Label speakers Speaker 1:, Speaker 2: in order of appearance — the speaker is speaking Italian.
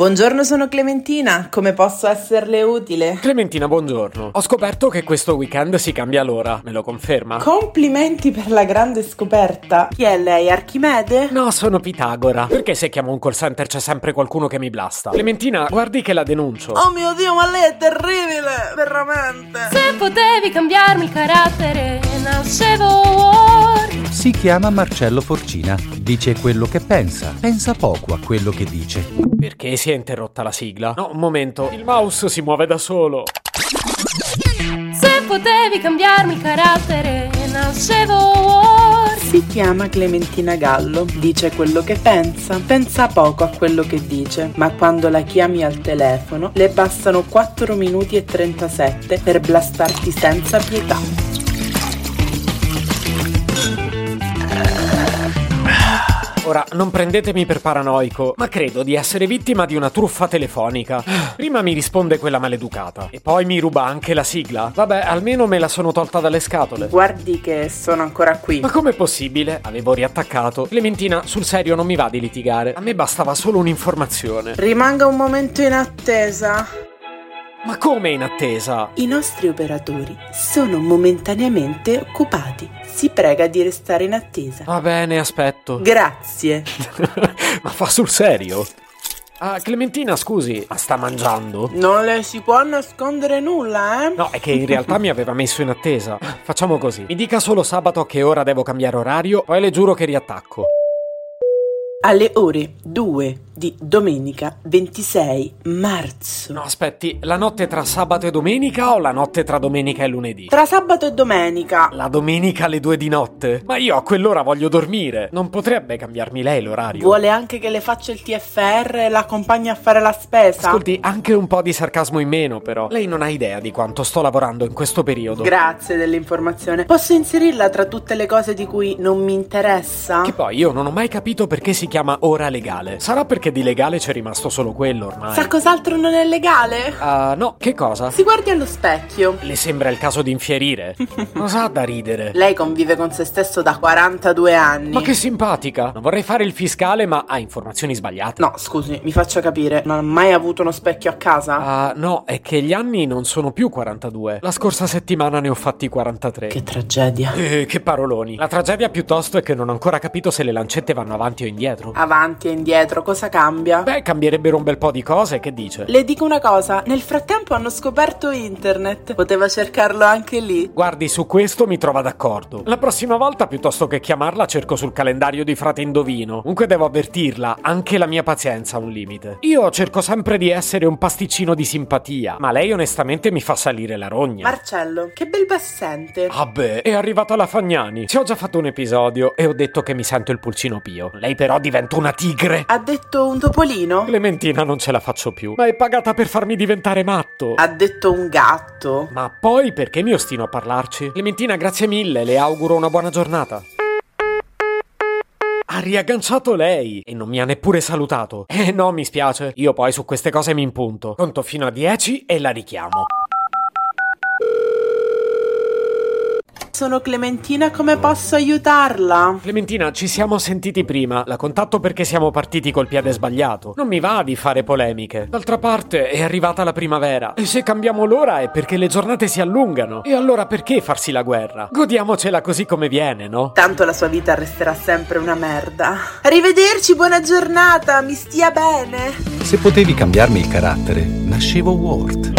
Speaker 1: Buongiorno, sono Clementina, come posso esserle utile?
Speaker 2: Clementina, buongiorno. Ho scoperto che questo weekend si cambia l'ora, me lo conferma?
Speaker 1: Complimenti per la grande scoperta. Chi è lei, Archimede?
Speaker 2: No, sono Pitagora. Perché se chiamo un call center c'è sempre qualcuno che mi blasta? Clementina, guardi che la denuncio.
Speaker 1: Oh mio Dio, ma lei è terribile, veramente.
Speaker 3: Se potevi cambiarmi il carattere, nascevo
Speaker 4: Si chiama Marcello Forcina. Dice quello che pensa. Pensa poco a quello che dice.
Speaker 2: Perché si è interrotta la sigla? No, un momento. Il mouse si muove da solo.
Speaker 3: Se potevi cambiarmi il carattere, nascevo
Speaker 1: Si chiama Clementina Gallo, dice quello che pensa, pensa poco a quello che dice, ma quando la chiami al telefono le bastano 4 minuti e 37 per blastarti senza pietà.
Speaker 2: Ora, non prendetemi per paranoico, ma credo di essere vittima di una truffa telefonica. Prima mi risponde quella maleducata, e poi mi ruba anche la sigla. Vabbè, almeno me la sono tolta dalle scatole.
Speaker 1: Guardi che sono ancora qui.
Speaker 2: Ma com'è possibile? Avevo riattaccato. Clementina, sul serio non mi va di litigare. A me bastava solo un'informazione.
Speaker 1: Rimanga un momento in attesa.
Speaker 2: Ma come in attesa?
Speaker 1: I nostri operatori sono momentaneamente occupati. Si prega di restare in attesa.
Speaker 2: Va bene, aspetto.
Speaker 1: Grazie.
Speaker 2: Ma fa sul serio? Ah, Clementina, scusi, ma sta mangiando?
Speaker 1: Non le si può nascondere nulla, eh?
Speaker 2: No, è che in realtà mi aveva messo in attesa. Facciamo così. Mi dica solo sabato a che ora devo cambiare orario, poi le giuro che riattacco.
Speaker 1: Alle ore 2 di domenica 26 marzo.
Speaker 2: No, aspetti, la notte tra sabato e domenica o la notte tra domenica e lunedì?
Speaker 1: Tra sabato e domenica.
Speaker 2: La domenica alle due di notte? Ma io a quell'ora voglio dormire. Non potrebbe cambiarmi lei l'orario?
Speaker 1: Vuole anche che le faccia il TFR e la accompagni a fare la spesa?
Speaker 2: Ascolti, anche un po' di sarcasmo in meno, però. Lei non ha idea di quanto sto lavorando in questo periodo.
Speaker 1: Grazie dell'informazione. Posso inserirla tra tutte le cose di cui non mi interessa?
Speaker 2: che poi io non ho mai capito perché si chiama ora legale. Sarà perché di legale c'è rimasto solo quello ormai.
Speaker 1: Sa cos'altro non è legale?
Speaker 2: Ah, no, che cosa?
Speaker 1: Si guardi allo specchio.
Speaker 2: Le sembra il caso di infierire? Cosa ha da ridere?
Speaker 1: Lei convive con se stesso da 42 anni.
Speaker 2: Ma che simpatica! Non vorrei fare il fiscale, ma ha informazioni sbagliate.
Speaker 1: No, scusi, mi faccia capire. Non ha mai avuto uno specchio a casa?
Speaker 2: Ah, no, è che gli anni non sono più 42. La scorsa settimana ne ho fatti 43.
Speaker 1: Che tragedia.
Speaker 2: Eh, che paroloni. La tragedia piuttosto è che non ho ancora capito se le lancette vanno avanti o indietro.
Speaker 1: Avanti e indietro, cosa cambia?
Speaker 2: Beh, cambierebbero un bel po' di cose, che dice?
Speaker 1: Le dico una cosa, nel frattempo hanno scoperto internet. Poteva cercarlo anche lì.
Speaker 2: Guardi, su questo mi trova d'accordo. La prossima volta, piuttosto che chiamarla, cerco sul calendario di Frate Indovino. Comunque devo avvertirla, anche la mia pazienza ha un limite. Io cerco sempre di essere un pasticcino di simpatia, ma lei onestamente mi fa salire la rogna.
Speaker 1: Marcello, che bel bassente.
Speaker 2: Vabbè, è arrivata la Fagnani. Ci ho già fatto un episodio e ho detto che mi sento il pulcino pio. Lei però diventa una tigre.
Speaker 1: Ha detto un topolino?
Speaker 2: Clementina non ce la faccio più, ma è pagata per farmi diventare matto.
Speaker 1: Ha detto un gatto?
Speaker 2: Ma poi perché mi ostino a parlarci? Clementina, grazie mille, le auguro una buona giornata. Ha riagganciato lei e non mi ha neppure salutato. Eh no, mi spiace. Io poi su queste cose mi impunto. Conto fino a 10 e la richiamo.
Speaker 1: Sono Clementina, come posso aiutarla?
Speaker 2: Clementina, ci siamo sentiti prima. La contatto perché siamo partiti col piede sbagliato. Non mi va di fare polemiche. D'altra parte è arrivata la primavera. E se cambiamo l'ora è perché le giornate si allungano. E allora perché farsi la guerra? Godiamocela così come viene, no?
Speaker 1: Tanto la sua vita resterà sempre una merda. Arrivederci, buona giornata, mi stia bene.
Speaker 4: Se potevi cambiarmi il carattere, nascevo Ward.